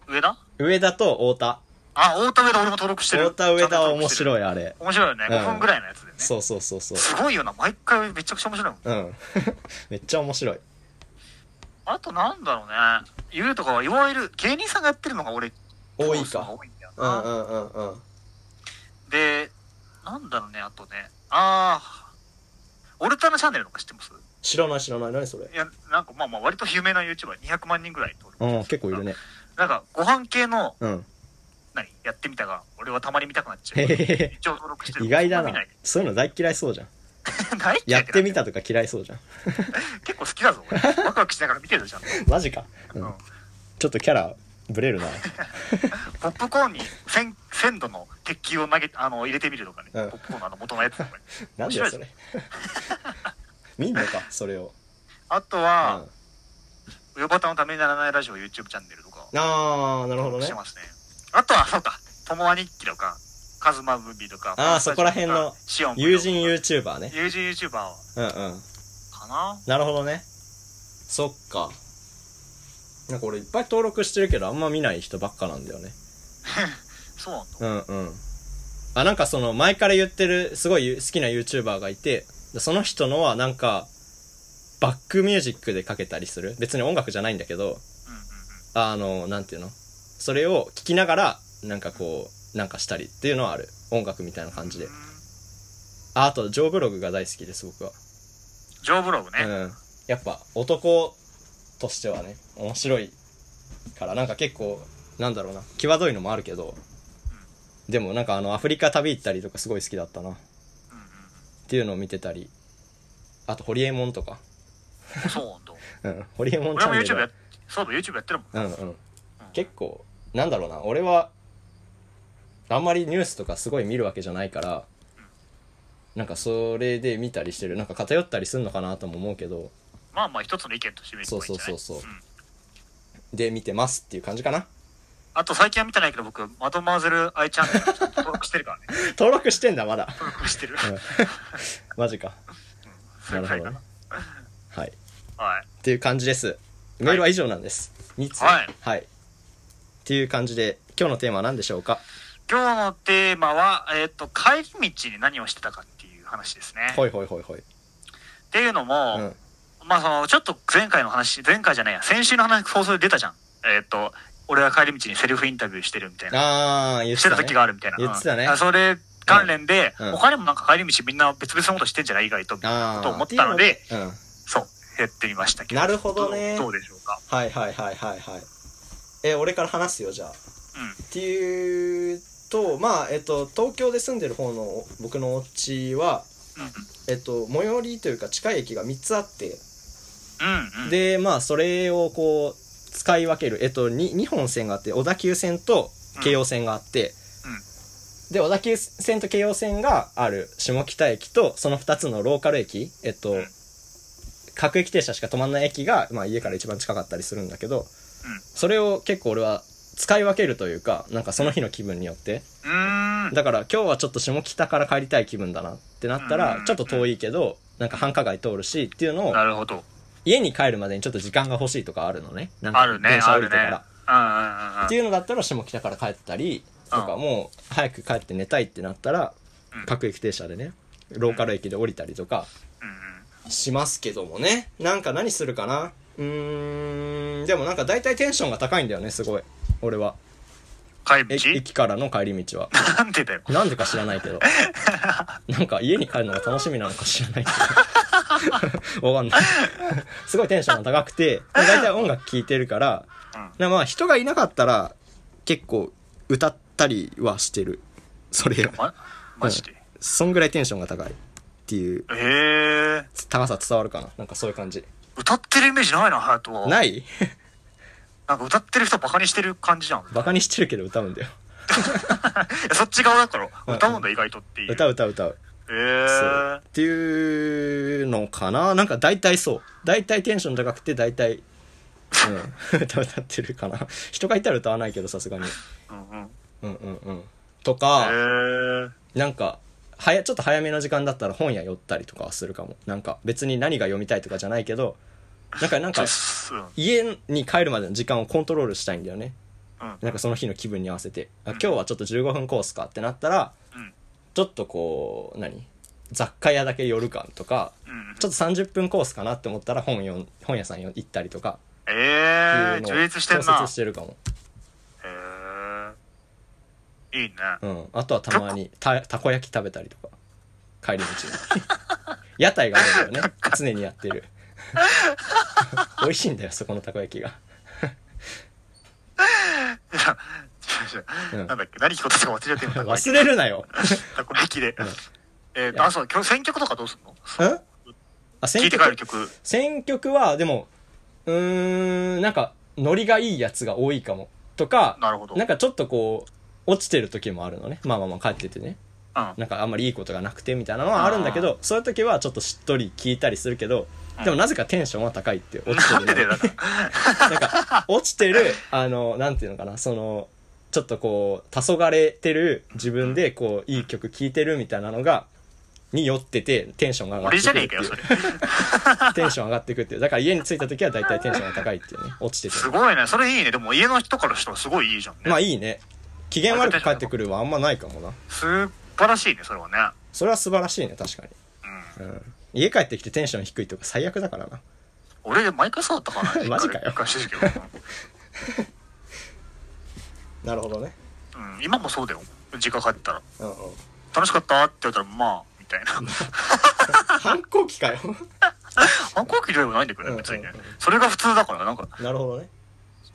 Speaker 3: 上田
Speaker 1: 上田と太田
Speaker 3: あ、太田上田俺も登録してる。
Speaker 1: 太田上田は面
Speaker 3: い。
Speaker 1: 白いあれ
Speaker 3: 面白いよね。
Speaker 1: うん
Speaker 3: 5分ぐらいのやつでね。
Speaker 1: そうそうそうそう
Speaker 3: すごいよな。毎回めちゃくちゃ面白いもん。
Speaker 1: うん *laughs* めっちゃ面白い
Speaker 3: あとなんだろうね。言うとかは、いわゆる芸人さんがやってるのが俺、
Speaker 1: 多い
Speaker 3: フォロー数が
Speaker 1: か
Speaker 3: 多いんだよ
Speaker 1: うん
Speaker 3: な。
Speaker 1: うんうんうん
Speaker 3: で、なんだろうね、あとね。あー。オルタナチャンネルとか知ってます
Speaker 1: 知らない知らない何それ
Speaker 3: いや、なんかまあまあ割と有名な YouTuber200 万人ぐらい登録。
Speaker 1: うん結構いるね
Speaker 3: なんかご飯系の、
Speaker 1: うん
Speaker 3: 何やってみたが、俺はたまに見たくなっちゃ
Speaker 1: へ
Speaker 3: う。
Speaker 1: へへ
Speaker 3: 一応登録してる。
Speaker 1: 意外だ
Speaker 3: 見 *laughs*
Speaker 1: ないそういうの大嫌いそうじゃん
Speaker 3: ない
Speaker 1: やってみ
Speaker 3: た。
Speaker 1: たとか嫌いそうじゃん *laughs*
Speaker 3: 結構好きだぞ、俺。ワクワクしながら見てるじゃんと。
Speaker 1: マジか、う
Speaker 3: うんん、
Speaker 1: ちょっとキャラブレるな
Speaker 3: ポップコーンに鮮鮮度の鉄球を投げあの入れてみるとかね、
Speaker 1: うん
Speaker 3: ポップコーンのあの元のやつとかね
Speaker 1: なんだよそれ *laughs* 見んのかそれを、
Speaker 3: あと
Speaker 1: うん、あ、
Speaker 3: はうよばたのためにならないラジオ YouTube チャンネルとか
Speaker 1: あなるほどね
Speaker 3: してますねあとはそうか「ともわ日記」とか「カズマムービー」とか
Speaker 1: あーそこら辺の
Speaker 3: シオン
Speaker 1: 友人 YouTuber ね
Speaker 3: 友人 YouTuber か
Speaker 1: うんうん
Speaker 3: な
Speaker 1: なるほどねそっかなんか俺いっぱい登録してるけどあんま見ない人ばっかなんだよね
Speaker 3: そうなん
Speaker 1: う
Speaker 3: だ
Speaker 1: んうんあなんかその前から言ってるすごい好きな YouTuber がいてでその人のはなんかバックミュージックでかけたりする別に音楽じゃないんだけど
Speaker 3: うんうんうん
Speaker 1: あのなんていうのそれを聞きながらなんかこうなんかしたりっていうのはある音楽みたいな感じで
Speaker 3: うん
Speaker 1: ああとジョーブログが大好きです僕は
Speaker 3: ジョーブログね、
Speaker 1: うんやっぱ男としてはね面白いからなんか結構なんだろうな際どいのもあるけどでもなんかあのアフリカ旅行ったりとかすごい好きだったな
Speaker 3: うんうん
Speaker 1: っていうのを見てたりあとホリエモンとか
Speaker 3: うんそうなん
Speaker 1: *laughs*
Speaker 3: だ
Speaker 1: うんホリエモンチ
Speaker 3: 俺
Speaker 1: ャン
Speaker 3: も
Speaker 1: ネル
Speaker 3: YouTube や
Speaker 1: は
Speaker 3: っそうだ YouTube やってるもん、
Speaker 1: うんうん結構なんだろうな俺はあんまりニュースとかすごい見るわけじゃないからなんかそれで見たりしてるなんか偏ったりすんのかなとも思うけど
Speaker 3: まあまあ一つの意見として見るといいんじゃない
Speaker 1: そうそうそうそうんで見てますっていう感じかな
Speaker 3: あと最近は見てないけど僕、マドマーゼルアイチャンネルちょっと登録してるから
Speaker 1: *laughs*
Speaker 3: ね。
Speaker 1: 登録してんだまだ
Speaker 3: 登録してる。
Speaker 1: マジか
Speaker 3: *laughs* そ
Speaker 1: なる
Speaker 3: れく
Speaker 1: ほ
Speaker 3: らい
Speaker 1: ど
Speaker 3: か
Speaker 1: ね
Speaker 3: な。
Speaker 1: はい
Speaker 3: はい。
Speaker 1: っていう感じです。メールは以上なんです。2通。
Speaker 3: はい
Speaker 1: っていう感じで、今日のテーマは何でしょうか
Speaker 3: 今日のテーマは、えっ、と、帰り道に何をしてたかっていう話ですね。
Speaker 1: ほいほいほいほい。
Speaker 3: っていうの
Speaker 1: う
Speaker 3: も、
Speaker 1: ん。
Speaker 3: まあその、ちょっと前回の話、前回じゃないや、先週の話放送で出たじゃん。えっ、と、俺が帰り道にセルフインタビューしてるみたいな。
Speaker 1: あー、言っ
Speaker 3: してて
Speaker 1: た、
Speaker 3: た
Speaker 1: ね。
Speaker 3: 時があるみたいな。
Speaker 1: 言ってたね
Speaker 3: うんあそれ関連で、
Speaker 1: うんうん
Speaker 3: 他にもなんか帰り道みんな別々のことしてんじゃない意外と、みたいな
Speaker 1: あ
Speaker 3: こ
Speaker 1: ー
Speaker 3: とを思ったので、
Speaker 1: っていうのうん。
Speaker 3: そう、やってみましたけど。
Speaker 1: なるほどね
Speaker 3: どうどうでしょうか。
Speaker 1: はいはいはいはいはい。え、俺から話すよ、じゃあ。
Speaker 3: うん。
Speaker 1: っていうと、まあ、えっと、東京で住んでる方の僕のお家は、えっと、最寄りというか近い駅が3つあって、
Speaker 3: うんうん。
Speaker 1: で、まあ、それをこう、使い分ける。えっと、に2本線があって、小田急線と京葉線があって、
Speaker 3: うん、
Speaker 1: で、小田急線と京葉線がある下北駅と、その2つのローカル駅、えっと
Speaker 3: うん、
Speaker 1: 各駅停車しか止まんない駅が、まあ、家から一番近かったりするんだけど、
Speaker 3: うん
Speaker 1: それを結構俺は使い分けるというか、なんかその日の気分によって。
Speaker 3: うーん。
Speaker 1: だから今日はちょっと下北から帰りたい気分だなってなった
Speaker 3: う
Speaker 1: ら
Speaker 3: ん、
Speaker 1: ちょっと遠いけど、なんか繁華街通るしっていうのを
Speaker 3: な、るほど。
Speaker 1: 家に帰るまでにちょっと時間が欲しいとかあるのね。なんか
Speaker 3: あるね、
Speaker 1: 電車降
Speaker 3: あ
Speaker 1: り
Speaker 3: る
Speaker 1: てから
Speaker 3: ね。うんうんうんうん
Speaker 1: っていうのだったら下北から帰ったりとか、
Speaker 3: うん
Speaker 1: もう早く帰って寝たいってなったら、
Speaker 3: うん
Speaker 1: 各駅停車でねローカル駅で降りたりとか
Speaker 3: うん
Speaker 1: しますけどもねなんか何するかなうーんでもなんか大体テンションが高いんだよねすごい俺は
Speaker 3: うん。帰
Speaker 1: え
Speaker 3: り
Speaker 1: 駅からの帰り道は
Speaker 3: 道なんでだよ。
Speaker 1: なんでか知らないけど *laughs* なんか家に帰るのが楽しみなのか知らないけどわかんない。すごいテンションが高くて、大体音楽聴いてるから、なまあ人がいなかったら結構歌ったりはしてる。それを。
Speaker 3: ま、マジで。
Speaker 1: そんぐらいテンションが高いっていう、
Speaker 3: えー、
Speaker 1: 高さ伝わるかな。なんかそういう感じ。
Speaker 3: 歌ってるイメージないな、ハヤトは。
Speaker 1: ない *laughs*
Speaker 3: なんか歌ってる人バカにしてる感じじゃん。
Speaker 1: バカにしてるけど歌うんだよ。
Speaker 3: いやそっち側だから、
Speaker 1: うん
Speaker 3: 歌うんだ意外とっていう。
Speaker 1: 歌う歌う歌う。
Speaker 3: え
Speaker 1: そう
Speaker 3: ー
Speaker 1: っ、ていうのかななんか大体そう大体テンション高くて大体、うん、 *laughs* 歌歌ってるかな人がいたら歌わないけどさすがに
Speaker 3: うんうん。
Speaker 1: うんうんうんと
Speaker 3: え
Speaker 1: か
Speaker 3: ー、
Speaker 1: なんかはやちょっと早めの時間だったら本屋寄ったりとかはするかもなんか別に何が読みたいとかじゃないけどなんかなん
Speaker 3: ちょ
Speaker 1: か
Speaker 3: っとうん
Speaker 1: 家に帰るまでの時間をコントロールしたいんだよね
Speaker 3: うん
Speaker 1: なんかその日の気分に合わせて、あ今日はちょっと15分コースかってなったら、
Speaker 3: うん
Speaker 1: ちょっとこう何雑貨屋だけ寄るかとか
Speaker 3: うん
Speaker 1: ちょっと30分コースかなって思ったら本よん本屋さんよ行ったりとか
Speaker 3: えー、充実してん
Speaker 1: 調
Speaker 3: な
Speaker 1: 節し。てるかも、
Speaker 3: えー、いいね。
Speaker 1: うん、あとはたまにたたこ焼き食べたりとか帰り道に *laughs* 屋台があるんだよね常にやって
Speaker 3: *laughs*
Speaker 1: る美味しいんだよそこのたこ焼きが、
Speaker 3: いや違 *laughs* う違う
Speaker 1: うん
Speaker 3: なんだっけ何聞こうとしたか忘れちゃってるんだ
Speaker 1: 忘れるなよ
Speaker 3: たこ焼きで
Speaker 1: ん。
Speaker 3: *laughs* えっと、あ、そう、今日選曲とかどうすんの
Speaker 1: うんあ選
Speaker 3: 聞いて帰る
Speaker 1: 曲
Speaker 3: 曲。
Speaker 1: 選曲はでもうーんなんかノリがいいやつが多いかもとか
Speaker 3: なるほど。
Speaker 1: なんかちょっとこう落ちてる時もあるのねまあまあまあ帰っててね
Speaker 3: うん。
Speaker 1: なんかあんまりいいことがなくてみたいなのはあるんだけどそういう時はちょっとしっとり聞いたりするけどでもなぜかテンションは高いって落ちて
Speaker 3: な
Speaker 1: る
Speaker 3: ん
Speaker 1: の
Speaker 3: でだよ、 *laughs* だから。
Speaker 1: なんか落ちてるあのなんていうのかなそのちょっとこう黄昏てる自分でこういい曲聴いてるみたいなのがに酔っててテンションが上がって
Speaker 3: 俺
Speaker 1: く
Speaker 3: じゃ
Speaker 1: るっ
Speaker 3: ねえ
Speaker 1: て
Speaker 3: か
Speaker 1: い
Speaker 3: よ、
Speaker 1: う *laughs*
Speaker 3: それ。
Speaker 1: テンション上がってくっていうだから家に着いた時は大体テンションが高いっていうね落ちてて
Speaker 3: すごいね。それいいね。でも家の人からしたらすごいいいじゃんね。
Speaker 1: まあいいね機嫌悪く帰ってくるはあんまないかもな
Speaker 3: 素晴らしいね、それはね。
Speaker 1: それは素晴らしいね確かに、うん、家帰ってきてテンション低いとか最悪だからな
Speaker 3: 俺、毎回そうだったか
Speaker 1: *laughs*
Speaker 3: な。
Speaker 1: マジかよ
Speaker 3: 実家で実家してるけど
Speaker 1: なるほどね
Speaker 3: うんうん今もそうだよ。実家帰ったら。
Speaker 1: うんうん
Speaker 3: 楽しかったって言ったら、まあ、みたいな。
Speaker 1: 反抗期かよ
Speaker 3: 反抗期ではないんだけど
Speaker 1: うん
Speaker 3: ね、別にね
Speaker 1: うんうん。
Speaker 3: それが普通だから、なんか、
Speaker 1: *laughs* なるほどね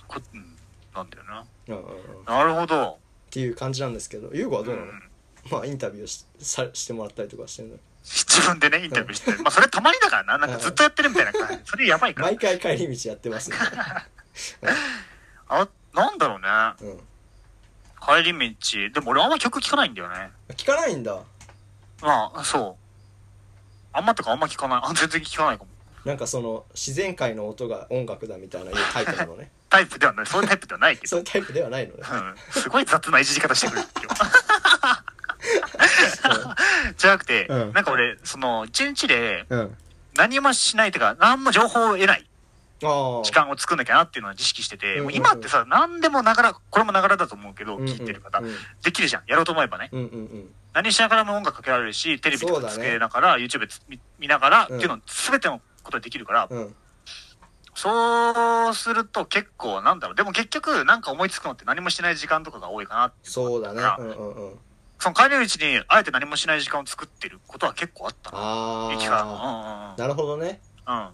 Speaker 3: こうんなんだよな。
Speaker 1: うんうんうんっ
Speaker 3: なるほど。
Speaker 1: ていう感じなんですけど優吾はどうなの、
Speaker 3: うん
Speaker 1: まあインタビューしさしてもらったりとかしてるの
Speaker 3: 自分でね、インタビューして。まあ、それたまにだからな。なんかずっとやってるみたいな感じ。それやばいから
Speaker 1: 毎。回帰り道やって *laughs* ますね
Speaker 3: あ、なんだろうね。
Speaker 1: うん
Speaker 3: 帰り道。でも俺あんま曲聴かないんだよね。
Speaker 1: 聞かないんだ
Speaker 3: まあ、そう。あんまとかあんま聞かない。あ、全然聞かないかも。
Speaker 1: なんかその自然界の音が音楽だみたいないうタイプなの *laughs* ね
Speaker 3: タイプではない。そういうタイプではないけど。
Speaker 1: そういうタイプではないのね
Speaker 3: うん。すごい雑ないじり方してくる今日じゃなくて、
Speaker 1: うん
Speaker 3: なんか俺、その、一日で
Speaker 1: うん
Speaker 3: 何もしないというか、何も情報を得ない
Speaker 1: ああ
Speaker 3: 時間を作んなきゃなっていうのを意識してて、
Speaker 1: うん
Speaker 3: もう今ってさ、何でもながら、これもながらだと思うけど、聞いてる方、
Speaker 1: うん
Speaker 3: できるじゃん。やろうと思えばね。
Speaker 1: うんうんうん
Speaker 3: 何しながらも音楽かけられるし、テレビとかつけながら、YouTube つ見見ながら、っていうの、すべてのことができるから、
Speaker 1: うん
Speaker 3: そうすると結構なんだろう。でも結局なんか思いつくのって何もしない時間とかが多いかなってい
Speaker 1: そうだね
Speaker 3: あ
Speaker 1: うんうんうん
Speaker 3: その帰り道にあえて何もしない時間を作ってることは結構あったな。駅から
Speaker 1: ああ
Speaker 3: の。
Speaker 1: なるほどね
Speaker 3: うんうんうん。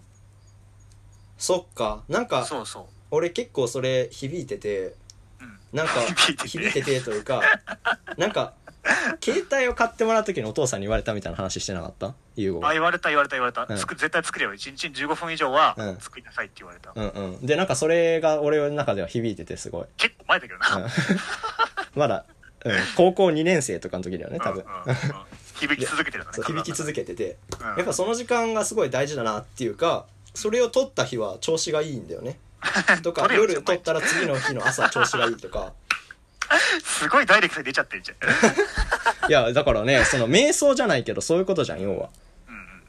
Speaker 1: そっかなん
Speaker 3: うん。
Speaker 1: か
Speaker 3: そうそ
Speaker 1: 俺結構それ響いてて
Speaker 3: う。うん。
Speaker 1: なんか
Speaker 3: 響いてて
Speaker 1: 響いててという
Speaker 3: *laughs*
Speaker 1: かなんか携帯を買ってもらう時にお父さんに言われたみたいな話してなかった優吾
Speaker 3: あ、言われた言われた言われた。
Speaker 1: うん
Speaker 3: つく絶対作れよ。1日に15分以上は
Speaker 1: うん
Speaker 3: 作りなさいって言われた。
Speaker 1: うんうんでなんかそれが俺の中では響いててすごい、
Speaker 3: 結構前だけど
Speaker 1: う
Speaker 3: な。
Speaker 1: んまだ、うん、高校2年生とかの時だよね多
Speaker 3: うんう
Speaker 1: 分 *laughs*
Speaker 3: んうん響き続けてるから
Speaker 1: そう
Speaker 3: ね。
Speaker 1: 響き続けてて
Speaker 3: け
Speaker 1: やっぱその時間がすごい大事だなっていうかそれを取った日は調子がいいんだよ
Speaker 3: *laughs*
Speaker 1: ねとか
Speaker 3: 取れよ
Speaker 1: 夜取ったら次の日の朝調子がいいと
Speaker 3: *laughs*
Speaker 1: か
Speaker 3: すごいダイレクトに出ちゃってるじゃん。
Speaker 1: いやだからねその瞑想じゃないけどそういうことじゃん要は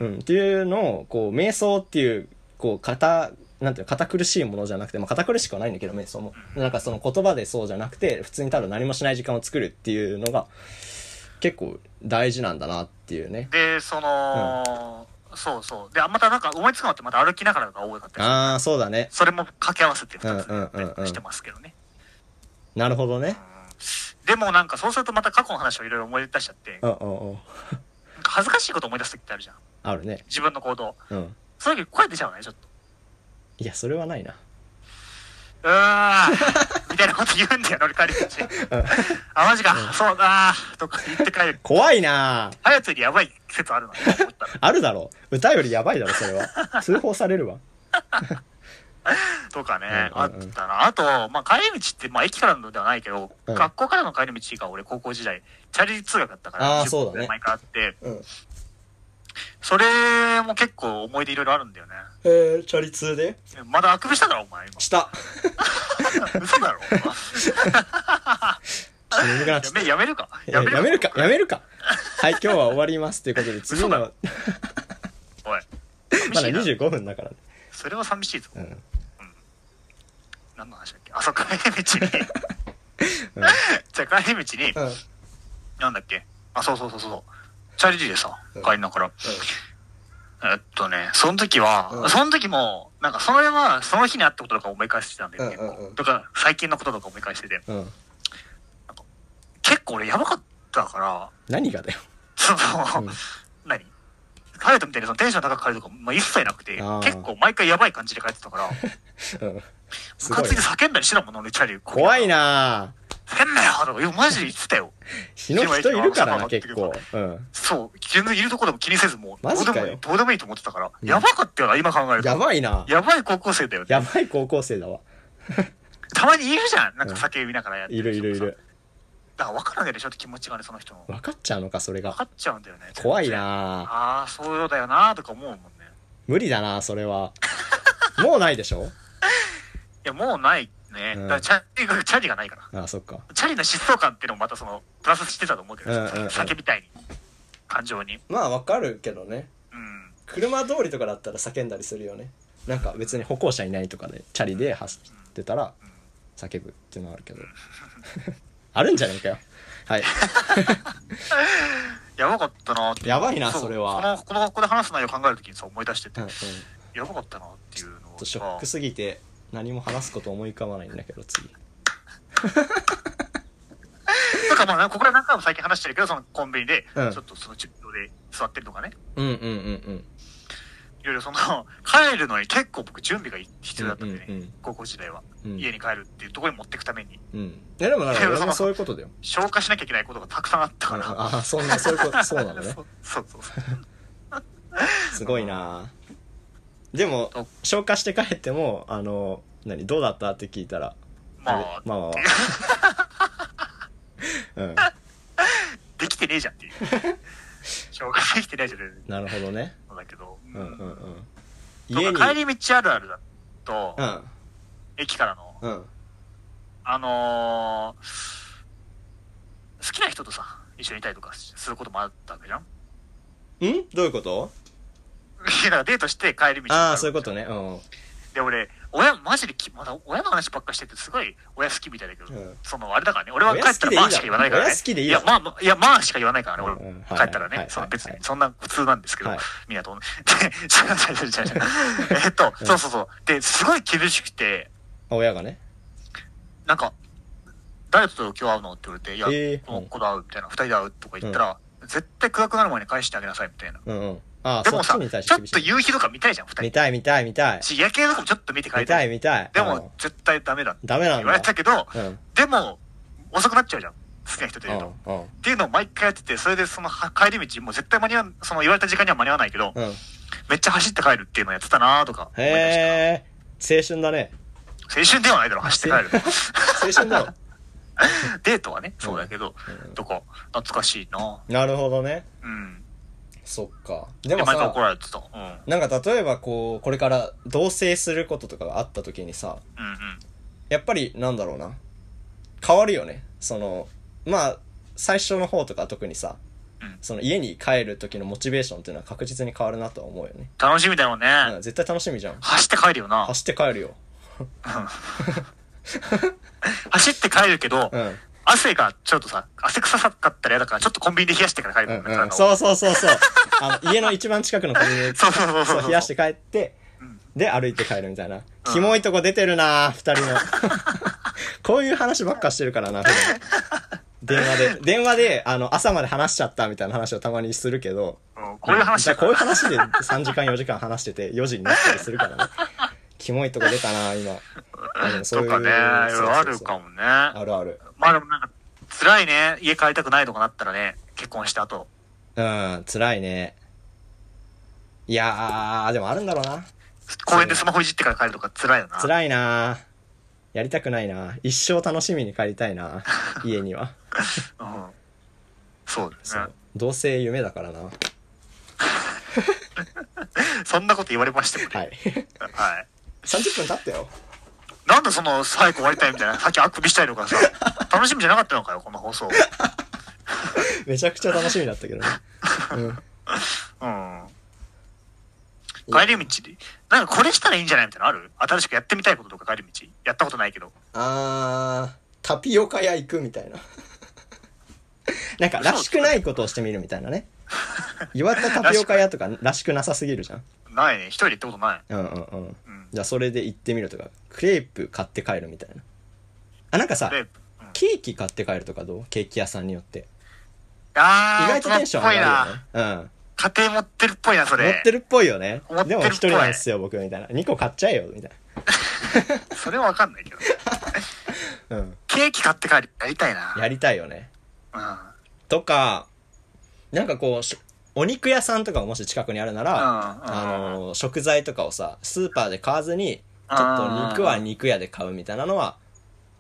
Speaker 3: うんうん
Speaker 1: うん、っていうのをこう瞑想っていうこう堅なんていうの堅苦しいものじゃなくて、まあ、堅苦しくはないんだけど瞑想もなんかその言葉でそうじゃなくて普通にただ何もしない時間を作るっていうのが結構大事なんだなっていうね
Speaker 3: で、その、そうそう。で、あまたなんか思いつくのってまた歩きながらが多かったりする
Speaker 1: ああそうだね
Speaker 3: それも掛け合わせて2つ
Speaker 1: うんうんうんうん
Speaker 3: してますけどね。
Speaker 1: なるほどね
Speaker 3: でもなんかそうするとまた過去の話をいろいろ思い出しちゃって、
Speaker 1: うんうんうん
Speaker 3: なんか恥ずかしいこと思い出す時ってあるじゃん。
Speaker 1: あるね
Speaker 3: 自分の行動。
Speaker 1: うん
Speaker 3: その時声出ちゃうね、ち
Speaker 1: *laughs*
Speaker 3: ょっと。
Speaker 1: いやそれはないな
Speaker 3: うわーみたいなこと言うんだよ、乗り換え道。あ、マジか、そうだーとか言って帰る。
Speaker 1: 怖いな
Speaker 3: ハヤツよりやばい説あるのね、思ったら。
Speaker 1: あるだろ歌よりやばいだろそれ *laughs* は通報されるわ
Speaker 3: とかね、
Speaker 1: うんうんうん
Speaker 3: あったな。あと、まあ、帰り道って、まあ、駅からのではないけど、
Speaker 1: うん
Speaker 3: 学校からの帰り道が俺、高校時代、チャリ通学だったから、
Speaker 1: あー
Speaker 3: 10
Speaker 1: そうだね
Speaker 3: 毎回あって、
Speaker 1: うん
Speaker 3: それも結構思い出いろいろあるんだよね。
Speaker 1: えー、チャリ通で
Speaker 3: まだあくびしただろ、お前、
Speaker 1: した
Speaker 3: 今。嘘だろ。
Speaker 1: *laughs* ちょっと眠くなっちゃ
Speaker 3: や
Speaker 1: った
Speaker 3: め、やめるか。
Speaker 1: やめやめるか、やめるか。はい、今日は終わりますということ *laughs* で、次の、ま
Speaker 3: 嘘
Speaker 1: だ
Speaker 3: おい。寂しいな。
Speaker 1: 25分だからね。
Speaker 3: それは寂しいぞ。
Speaker 1: う
Speaker 3: うんん。何の話だっけあ、そう、帰り道に。
Speaker 1: *laughs* うん
Speaker 3: じゃあ帰り道に、
Speaker 1: うん。
Speaker 3: なんだっけあ、そうそうそうそうそう。チャリティーでさ、帰りながら。えっとね、その時は、
Speaker 1: うん
Speaker 3: その時も、なんかそれは、その日にあったこととか思い返してたんだよ、
Speaker 1: うん
Speaker 3: 結構。
Speaker 1: うんうん
Speaker 3: とか、最近のこととか思い返してて、
Speaker 1: うん。
Speaker 3: 結構俺やばかったから、
Speaker 1: 何がだよ。
Speaker 3: その、
Speaker 1: うん
Speaker 3: 何カレットみたいにそのテンション高く帰るとか、まあ、一切なくて
Speaker 1: あー、
Speaker 3: 結構毎回やばい感じで帰ってたから、
Speaker 1: うん。 *laughs* す
Speaker 3: ム
Speaker 1: ご
Speaker 3: カ
Speaker 1: い
Speaker 3: ついて。叫んだりしてたもんね、俺チャリ。
Speaker 1: 怖い。な
Speaker 3: 叫んなよとか、いや、マジで言ってたよ。
Speaker 1: ぁ。日の人いるからな、結構。うん。
Speaker 3: そう、全然いるとこでも気にせず、もう、
Speaker 1: マジ
Speaker 3: どう
Speaker 1: かよ
Speaker 3: でもいい、どうでもいいと思ってたから、
Speaker 1: うん
Speaker 3: やばかったよな、今考えると。
Speaker 1: やばいな
Speaker 3: やばい高校生だよね。
Speaker 1: やばい高校生だわ。
Speaker 3: たまにいるじゃん。なんか酒見ながらやって
Speaker 1: いるいるい
Speaker 3: 人も
Speaker 1: る
Speaker 3: さ。。だから分かるんだよね、ちょっと気持ちがね、その人の。
Speaker 1: 分かっちゃうのか、それ
Speaker 3: 分か
Speaker 1: が。
Speaker 3: っちゃうんだよね。
Speaker 1: 怖いなぁ。
Speaker 3: ああ、そうだよなーとか思うもんね。
Speaker 1: 無理だなぁ、それは。もうないでしょ
Speaker 3: いや、もうないね。
Speaker 1: うん
Speaker 3: だからチャリが、チャリがないから。
Speaker 1: ああ、そっか。
Speaker 3: チャリの疾走感っていうのもまたその、プラスしてたと思うけど、
Speaker 1: うんうんうん
Speaker 3: 酒みたいに。感情に。
Speaker 1: まあ、わかるけどね。
Speaker 3: うん。
Speaker 1: 車通りとかだったら叫んだりするよねなんか別に歩行者いないとかでチャリで走ってたら叫ぶっていうのはあ *laughs* るけどあるんじゃねえかよはい
Speaker 3: やばかったなーって。
Speaker 1: やばいな
Speaker 3: う
Speaker 1: それは
Speaker 3: その、この学校で話す内容考えるときにさ、思い出してて
Speaker 1: うん、うんちょ
Speaker 3: やばかったなーっていうの
Speaker 1: っとショッ
Speaker 3: が
Speaker 1: ク。すぎて何も話すこと思い浮かばないんだけど次
Speaker 3: とかまあ、ここら何回も最近話してるけど、そのコンビニで、ち
Speaker 1: う
Speaker 3: ょ
Speaker 1: ん
Speaker 3: っとその、中央で座ってるとかね。
Speaker 1: うんうんうん
Speaker 3: いろいろその、 *laughs* 帰るのに結構僕準備が必要だったんでね、
Speaker 1: うんうんうん
Speaker 3: 高校時代は。
Speaker 1: うん
Speaker 3: 家に帰るっていうところに持っていくために、
Speaker 1: うんうんえでもなんか俺もそういうことだよ
Speaker 3: 消化しなきゃいけないことがたくさんあった
Speaker 1: あ
Speaker 3: から。
Speaker 1: ああそんなそういうこと *laughs* そうなのね
Speaker 3: *laughs* そうそうそうそう。
Speaker 1: すごいなでも消化して帰ってもあの何どうだったって聞いたら
Speaker 3: まあ、
Speaker 1: まあまあまあ *laughs* うん
Speaker 3: できてねえじ
Speaker 1: *laughs*
Speaker 3: ゃんっていう。消化できてないじゃんっていう
Speaker 1: なるほどね
Speaker 3: のだけど。
Speaker 1: うんうんうん
Speaker 3: とか
Speaker 1: 家に
Speaker 3: 帰り道あるあるだと、
Speaker 1: うん
Speaker 3: 駅からの、
Speaker 1: うん
Speaker 3: あのー好きな人とさ、一緒にいたりとかすることもあったわけじゃん *laughs*
Speaker 1: んどういうこと
Speaker 3: いやだからデートして帰り道
Speaker 1: ああそういうことねうん
Speaker 3: で俺親マジできまだ親の話ばっかしててすごい親好きみたいだけど、
Speaker 1: うん
Speaker 3: そのあれだからね俺は帰ったらまあしか言わないからね
Speaker 1: 親好きでいいだ
Speaker 3: や
Speaker 1: ろ
Speaker 3: まあまあいやまあしか言わないからね俺、
Speaker 1: うんはい
Speaker 3: 帰ったらね、
Speaker 1: はい
Speaker 3: その
Speaker 1: はい
Speaker 3: 別に
Speaker 1: はい
Speaker 3: そんな普通なんですけど、
Speaker 1: はい
Speaker 3: みんなと思うで違う違う違う違うえっと、そうそうそうですごい厳しくて
Speaker 1: 親がね
Speaker 3: なんか誰と今日会うのって言われて、いや、
Speaker 1: えー
Speaker 3: この子と会うみたいな、二人で会うとか言ったら、絶対暗くなる前に返してあげなさいみたいな。
Speaker 1: うんうんああ
Speaker 3: で
Speaker 1: そ
Speaker 3: も
Speaker 1: っち
Speaker 3: さ、
Speaker 1: に対し
Speaker 3: ち
Speaker 1: て
Speaker 3: ょっ
Speaker 1: 厳し
Speaker 3: と
Speaker 1: い
Speaker 3: 夕日とか見たいじゃん、二人
Speaker 1: 見。たい見たい見たい
Speaker 3: し夜景とかもちょっと見て帰
Speaker 1: 見
Speaker 3: りた
Speaker 1: た
Speaker 3: い
Speaker 1: い見たい
Speaker 3: で
Speaker 1: うん
Speaker 3: も、絶対ダメだって
Speaker 1: ダメなん
Speaker 3: 言われた
Speaker 1: だ
Speaker 3: けど、
Speaker 1: うん
Speaker 3: でも、遅くなっちゃうじゃん。好きな人と
Speaker 1: う
Speaker 3: いる
Speaker 1: ん
Speaker 3: と。っ
Speaker 1: うん
Speaker 3: ていうのを毎回やってて、それでそのは帰り道、もう絶対間に合わん、その言われた時間には間に合わないけど、
Speaker 1: うん
Speaker 3: めっちゃ走って帰るっていうのをやってたなーとか思いました。
Speaker 1: へえ青春だね
Speaker 3: 青春ではないだろ、走って帰る。
Speaker 1: *laughs* 青春だろ
Speaker 3: *laughs* デートはね、そうだけど、
Speaker 1: うん
Speaker 3: とか、懐かしいな
Speaker 1: なるほどね
Speaker 3: うん。
Speaker 1: そっかで
Speaker 3: で、
Speaker 1: も
Speaker 3: 毎回怒
Speaker 1: さ
Speaker 3: られてた。うん。うん
Speaker 1: なんか例えばこうこれから同棲することとかがあった時にさ
Speaker 3: うん。
Speaker 1: やっぱりなんだろうな変わるよねそのまあ最初の方とか特にさ、
Speaker 3: うん
Speaker 1: その家に帰る時のモチベーションっていうのは確実に変わるなとは思うよね、
Speaker 3: 楽しみだよね。
Speaker 1: うん絶対楽しみじゃん
Speaker 3: 走って帰るよな。
Speaker 1: 走って帰るよ
Speaker 3: 走って帰るけど、
Speaker 1: うん
Speaker 3: 汗がちょっとさ、汗臭さかったら嫌だから、ちょっとコンビニで冷やしてから帰る
Speaker 1: うん
Speaker 3: もん
Speaker 1: う
Speaker 3: ね体
Speaker 1: ん
Speaker 3: を
Speaker 1: そうそうそうそうあの家の一番近くのコンビニで
Speaker 3: そうそうそうそう
Speaker 1: そう冷やして帰って
Speaker 3: うん
Speaker 1: で歩いて帰るみたいな、
Speaker 3: うん
Speaker 1: キモいと *laughs* こ出てるな二人のこういう話ばっかしてるからな普段電話で。電話で、あの、朝まで話しちゃったみたいな話をたまにするけど、
Speaker 3: うんこういう話
Speaker 1: じゃ
Speaker 3: だ
Speaker 1: あこ
Speaker 3: か
Speaker 1: ういう
Speaker 3: ら。
Speaker 1: 話で3時間4時間話してて、4時になったりするからね。キモいとこ出たな、今。あでもそう
Speaker 3: と
Speaker 1: いう
Speaker 3: かね、
Speaker 1: そうそうそう
Speaker 3: あるかもね。ま
Speaker 1: あるある。
Speaker 3: あでもなんか、辛いね。家帰りたくないとかなったらね、結婚した後。
Speaker 1: うん、辛いね。いやー、でもあるんだろうな。
Speaker 3: 公園でスマホいじってから帰るとか辛いよな。
Speaker 1: 辛いなやりたくないな一生楽しみに帰りたいな家に
Speaker 3: *laughs*
Speaker 1: は。
Speaker 3: うん。そうです
Speaker 1: そ
Speaker 3: ね
Speaker 1: う。。どうせ夢だからな。は
Speaker 3: そんなこと言われましてもね。
Speaker 1: い。 *laughs*
Speaker 3: はい。
Speaker 1: 30分経ったよ。
Speaker 3: なんでその、早く終わりたいみた
Speaker 1: *laughs*
Speaker 3: いな、さっきあくびしたいとかさ、楽しみじゃなかったのかよ、この放送。
Speaker 1: めちゃくちゃ楽しみだったけどね。
Speaker 3: うん。帰り道で、なんかこれしたらいいんじゃないみたいなのある新しくやってみたいこととか帰り道。やったことないけど。
Speaker 1: あー、タピオカ屋行くみたいな。 *laughs* なんか、らしくないことをしてみるみたいなね。岩田タピオカ屋とからしくなさすぎるじゃん。
Speaker 3: ないね。一人で行ったことない。
Speaker 1: うんうんうん。
Speaker 3: うん。
Speaker 1: じゃあ、それで行ってみるとか、クレープ買って帰るみたいな。あ、なんかさ
Speaker 3: ク、レープ。うん
Speaker 1: ケーキ買って帰るとかどうケーキ屋さんによって。
Speaker 3: あ
Speaker 1: 意
Speaker 3: ー、
Speaker 1: 外とテンション
Speaker 3: 大
Speaker 1: 上
Speaker 3: 人っぽい
Speaker 1: がるよ
Speaker 3: な。
Speaker 1: ね。うん。
Speaker 3: 家庭持ってるっぽいな、そ
Speaker 1: 持
Speaker 3: れ。
Speaker 1: ってるっぽいよね
Speaker 3: 持っ。て
Speaker 1: で
Speaker 3: るっ
Speaker 1: も
Speaker 3: ぽい
Speaker 1: 一人なんですよ、僕みたいな。2個買っちゃえよ、みたい
Speaker 3: それはわかんないけど。
Speaker 1: な。 *laughs* うん。
Speaker 3: ケーキ買って帰る。やりたいな。
Speaker 1: やりたいよね。
Speaker 3: うん。
Speaker 1: とか、なんかこうし、お肉屋さんとかももし近くにあるなら、あ
Speaker 3: あ
Speaker 1: の、食材とかをさ、スーパーで買わずに、ちょっと肉は肉屋で買うみたいなのは、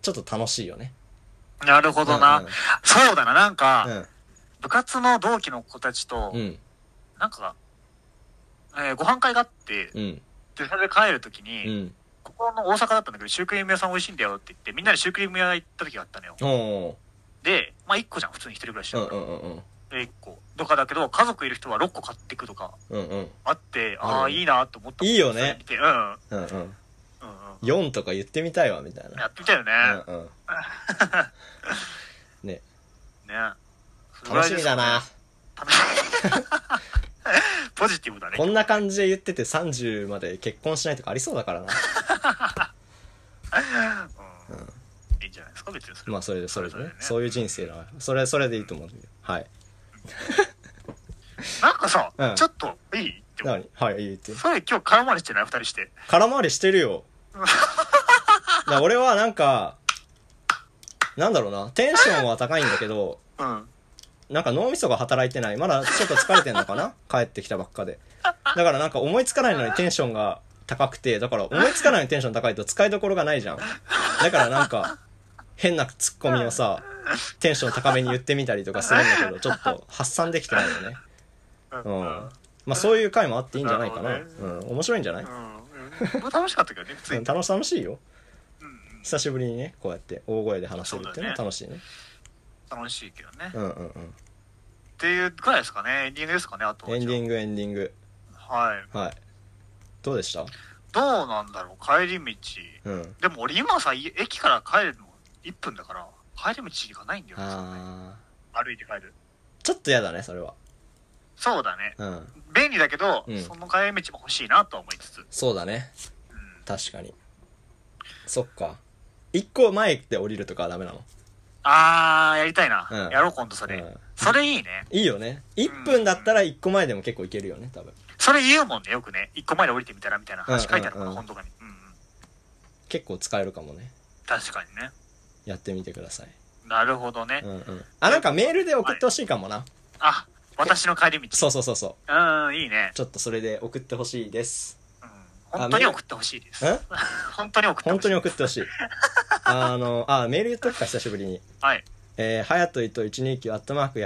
Speaker 1: ちょっと楽しいよね。
Speaker 3: なるほどな、
Speaker 1: うんうん
Speaker 3: そうだな、なんか、
Speaker 1: うん。
Speaker 3: 部活の同期の子たちと、
Speaker 1: うん。
Speaker 3: なんか、えーご飯会があって、
Speaker 1: うん。
Speaker 3: で、それで帰るとき
Speaker 1: う
Speaker 3: に、
Speaker 1: ん。
Speaker 3: ここの大阪だったんだけど、シュークリーム屋さん美味しいんだよって言って、みんなでシュークリーム屋行った時があったのよ。
Speaker 1: おお
Speaker 3: で、まあ1個じゃん、普通に1人暮らし
Speaker 1: ー。う
Speaker 3: だ
Speaker 1: ん
Speaker 3: か
Speaker 1: う
Speaker 3: ら。
Speaker 1: んうん
Speaker 3: で、1個。とかだけど、家族いる人は6個買ってくとか
Speaker 1: うん。うんうん。
Speaker 3: あって、
Speaker 1: あるよね
Speaker 3: ああー、いいなと思った。
Speaker 1: いいよね
Speaker 3: それ見てうん。うん
Speaker 1: うんうん。
Speaker 3: うん。
Speaker 1: 4とか言ってみたいわ、みたいな。
Speaker 3: やってみたいよね。
Speaker 1: うんうん。ね、
Speaker 3: ね。
Speaker 1: 楽しみだな。
Speaker 3: 楽しみ。ポジティブだね。
Speaker 1: こんな感じで言ってて30まで結婚しないとかありそうだからな。
Speaker 3: うんいいんじゃないですか、別にそれは。
Speaker 1: まあそれでそれでね。
Speaker 3: そ
Speaker 1: そうういう人生だな。それ、それでいいと思うんだけど。はい。
Speaker 3: なんかさ、
Speaker 1: うん
Speaker 3: ちょっと、いいって思う
Speaker 1: 何はい、いいって。
Speaker 3: それ今日絡まれてない、二人して。
Speaker 1: 空回りしてる
Speaker 3: *laughs*
Speaker 1: よ。だから俺はなんか、なんだろうな。テンションは高いんだけど、
Speaker 3: うん。
Speaker 1: なんか脳みそが働いてない。まだちょっと疲れてんのかな帰ってきたばっかで。だからなんか思いつかないのにテンションが高くて、だから思いつかないのにテンション高いと使いどころがないじゃん。だからなんか、変なツッコミをさ、テンション高めに言ってみたりとかするんだけど、ちょっと発散できてないよね。うん。まあそういう回もあっていいんじゃないかな。
Speaker 3: なるほ
Speaker 1: うん。面白いんじゃない
Speaker 3: うん。うん、楽しかったけどね、普通
Speaker 1: うん
Speaker 3: に。
Speaker 1: 楽し楽しいよ。久しぶりにね、こうやって大声で話せるっていうのは
Speaker 3: そ
Speaker 1: 楽しいね。
Speaker 3: 楽しいけどね。
Speaker 1: うんうんう
Speaker 3: っていうぐらいですかね、エンディングですかね、あと
Speaker 1: ん。
Speaker 3: は。
Speaker 1: エンディ
Speaker 3: グ。
Speaker 1: ングエンディング。
Speaker 3: はい。
Speaker 1: はい。どうでした
Speaker 3: どうなんだろう、帰り道。
Speaker 1: うん。
Speaker 3: でも俺今さ、い駅から帰るの1分だから、帰り道がないんだよ、
Speaker 1: あ
Speaker 3: 歩いて帰る。
Speaker 1: ー。ちょっと嫌だね、それは。
Speaker 3: そうだね。
Speaker 1: うん。
Speaker 3: 便利だけど、
Speaker 1: うん
Speaker 3: その帰り道も欲しいなとは思いつつ。
Speaker 1: そうだね。確かに。そっか。一個前で降りるとかはダメなの。
Speaker 3: あー、やりたいな。
Speaker 1: うん
Speaker 3: やろう、今度それ、
Speaker 1: うん
Speaker 3: それいいね。
Speaker 1: いいよね。一分だったら一個前でも結構いけるよね、多分。
Speaker 3: それ言うもんね、よくね。一個前で降りてみたらみたいな話書いてある
Speaker 1: う
Speaker 3: か
Speaker 1: んう
Speaker 3: ら、
Speaker 1: んうん
Speaker 3: 本とかに。うんうん。
Speaker 1: 結構使えるかもね。
Speaker 3: 確かにね。
Speaker 1: やってみてください。
Speaker 3: なるほどね。
Speaker 1: うんうん。あ、なんかメールで送ってほしいかもな。
Speaker 3: あ、私の帰り道。
Speaker 1: そうそうそうそう。
Speaker 3: うん、いいね。
Speaker 1: ちょっとそれで送ってほしいです。
Speaker 3: うん本当に送ってほしいです。
Speaker 1: ん
Speaker 3: 本当に送ってほ
Speaker 1: 本
Speaker 3: し
Speaker 1: 当
Speaker 3: い。
Speaker 1: に送ってほしい。あの、あ、メール言っとくか、久しぶりに。
Speaker 3: はい。
Speaker 1: えー、はやといと129アットマーク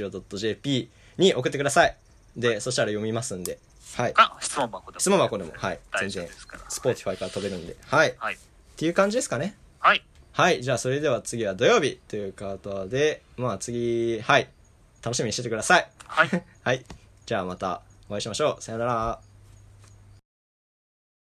Speaker 1: yahoo.co.jp に送ってください。で、そしたら読みますんで。はい。
Speaker 3: か、質問箱でも。
Speaker 1: 質問箱でも、はい。全
Speaker 3: 大丈夫
Speaker 1: 然
Speaker 3: で、すから。
Speaker 1: スポーティファイから飛べるんで。はい。っ
Speaker 3: はい。
Speaker 1: ていう感じですかね。
Speaker 3: はい。
Speaker 1: はい。じゃあ、それでは次は土曜日という方で、まあ次、はい。楽しみにしててください。
Speaker 3: はい。
Speaker 1: はい。じゃあまたお会いしましょう。さよなら。